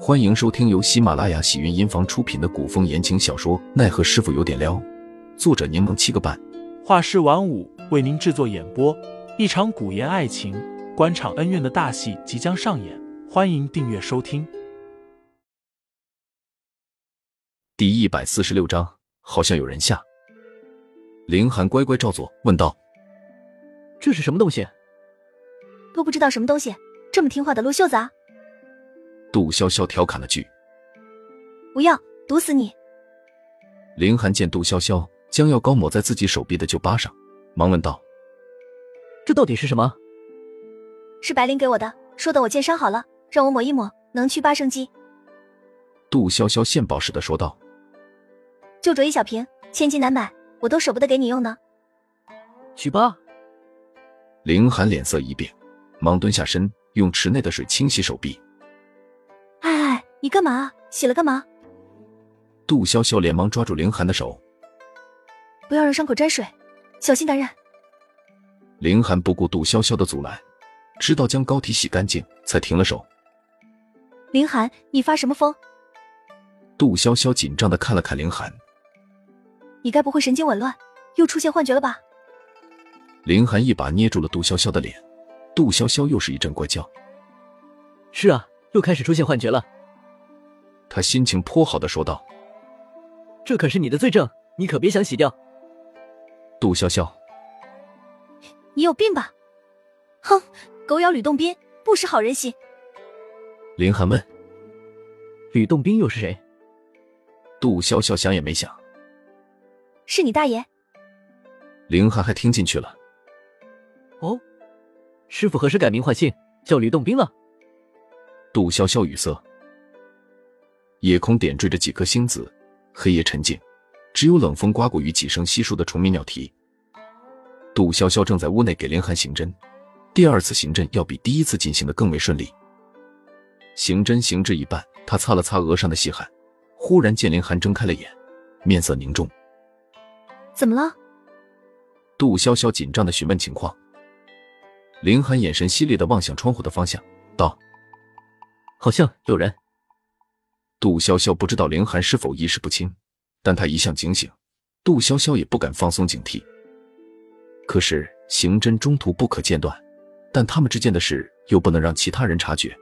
欢迎收听由喜马拉雅喜云音房出品的古风言情小说《奈何师傅有点撩》，作者柠檬七个半，画师晚舞为您制作演播。一场古言爱情、官场恩怨的大戏即将上演，欢迎订阅收听。第一百四十六章，好像有人下。凌寒乖乖照做，问道这是什么东西？都不知道什么东西，这么听话的撸袖子啊！：“杜潇潇调侃了句。不要，毒死你！”凌寒见杜潇潇将药膏抹在自己手臂的旧疤上，忙问道这到底是什么？是白灵给我的，说等我剑伤好了，让我抹一抹，能祛疤生肌。：“杜潇潇献宝似的说道就着一小瓶，千金难买，我都舍不得给你用呢。祛疤？？”凌寒脸色一变，忙蹲下身，用池内的水清洗手臂。哎哎，你干嘛啊？洗了干嘛？杜潇潇连忙抓住凌寒的手，不要让伤口沾水，小心感染。凌寒不顾杜潇潇的阻拦，直到将膏体洗干净，才停了手。凌寒，你发什么疯？杜潇潇紧张的看了看凌寒，你该不会神经紊乱，又出现幻觉了吧？凌寒一把捏住了杜潇潇的脸，杜潇潇又是一阵怪叫，是啊，又开始出现幻觉了。她心情颇好的说道这可是你的罪证，你可别想洗掉。：“杜潇潇，你有病吧？哼，狗咬吕洞宾，不识好人心。凌寒问。”吕洞宾又是谁？杜潇潇想也没想，是你大爷！凌寒还听进去了。哦，师傅何时改名换姓，叫吕洞宾了？杜潇潇语塞。夜空点缀着几颗星子，黑夜沉静，只有冷风刮过与几声稀疏的虫鸣鸟啼。杜潇潇正在屋内给凌寒行针，第二次行针要比第一次进行的更为顺利。行针行至一半，她擦了擦额上的细汗，忽然见凌寒睁开了眼，面色凝重。怎么了？杜潇潇紧张的询问情况，凌寒眼神犀利的望向窗户的方向，道：“好像有人。杜潇潇不知道凌寒是否意识不清，但她一向警醒，杜潇潇也不敢放松警惕。可是刑侦中途不可间断，但他们之间的事又不能让其他人察觉。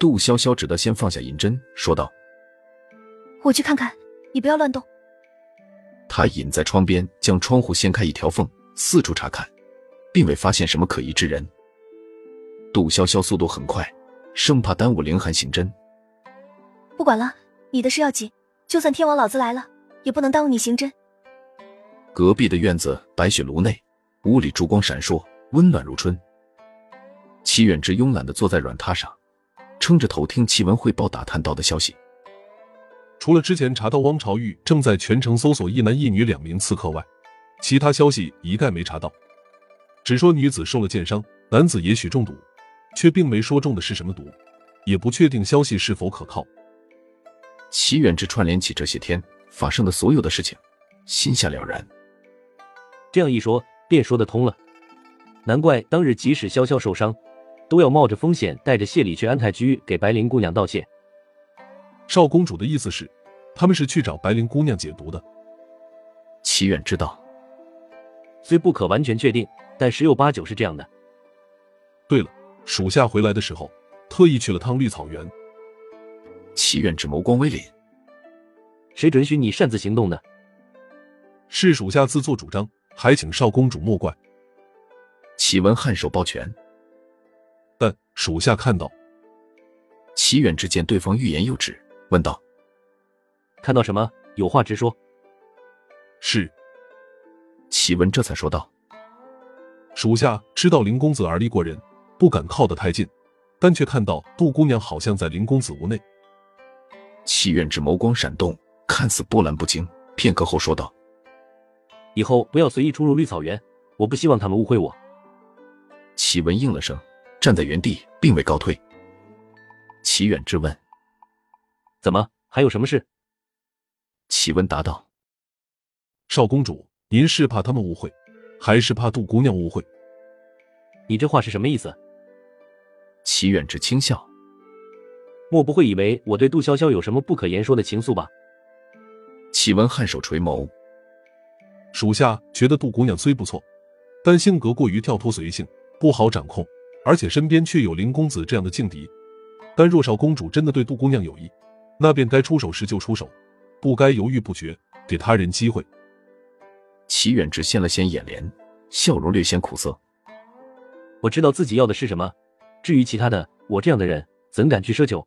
杜潇潇只得先放下银针，说道我去看看，你不要乱动。：“她隐在窗边，将窗户掀开一条缝，四处查看，并未发现什么可疑之人。”杜潇潇速度很快，生怕耽误凌寒刑侦。不管了，你的事要紧，就算天王老子来了，也不能耽误你刑侦。隔壁的院子白雪炉内，屋里烛光闪烁，温暖如春。齐远之慵懒地坐在软榻上，撑着头听齐文汇报打探到的消息。除了之前查到汪朝玉正在全城搜索一男一女两名刺客外，其他消息一概没查到。只说女子受了箭伤，男子也许中毒，却并没说中的是什么毒，也不确定消息是否可靠。齐远之串联起这些天发生的所有的事情，心下了然。这样一说便说得通了。难怪当日即使潇潇受伤，都要冒着风险带着谢礼去安泰居给白灵姑娘道谢。少公主的意思是，他们是去找白灵姑娘解毒的。齐远知道，虽不可完全确定，但十有八九是这样的。对了，属下回来的时候特意去了趟绿草原，齐远之眸光微敛，谁准许你擅自行动的？是属下自作主张，还请少公主莫怪。齐文颔首抱拳。但属下看到齐远之见对方欲言又止，问道看到什么？有话直说。是：“齐文这才说道，属下知道林公子儿离国人，不敢靠得太近，但却看到杜姑娘好像在林公子屋内。齐远之眸光闪动，看似波澜不惊。片刻后说道以后不要随意出入绿草原，我不希望他们误会我。：‘齐文应了声，站在原地，并未告退。’齐远之问。”怎么？还有什么事？齐文答道少公主，您是怕他们误会，还是怕杜姑娘误会？你这话是什么意思？：“齐远之轻笑，莫不会以为我对杜潇潇有什么不可言说的情愫吧？启文颔首垂眸，属下觉得杜姑娘虽不错，但性格过于跳脱随性，不好掌控，而且身边却有林公子这样的劲敌。但若少公主真的对杜姑娘有意，那便该出手时就出手，不该犹豫不决，给他人机会。齐远之掀了掀眼帘，笑容略显苦涩。我知道自己要的是什么，至于其他的，我这样的人怎敢去奢求？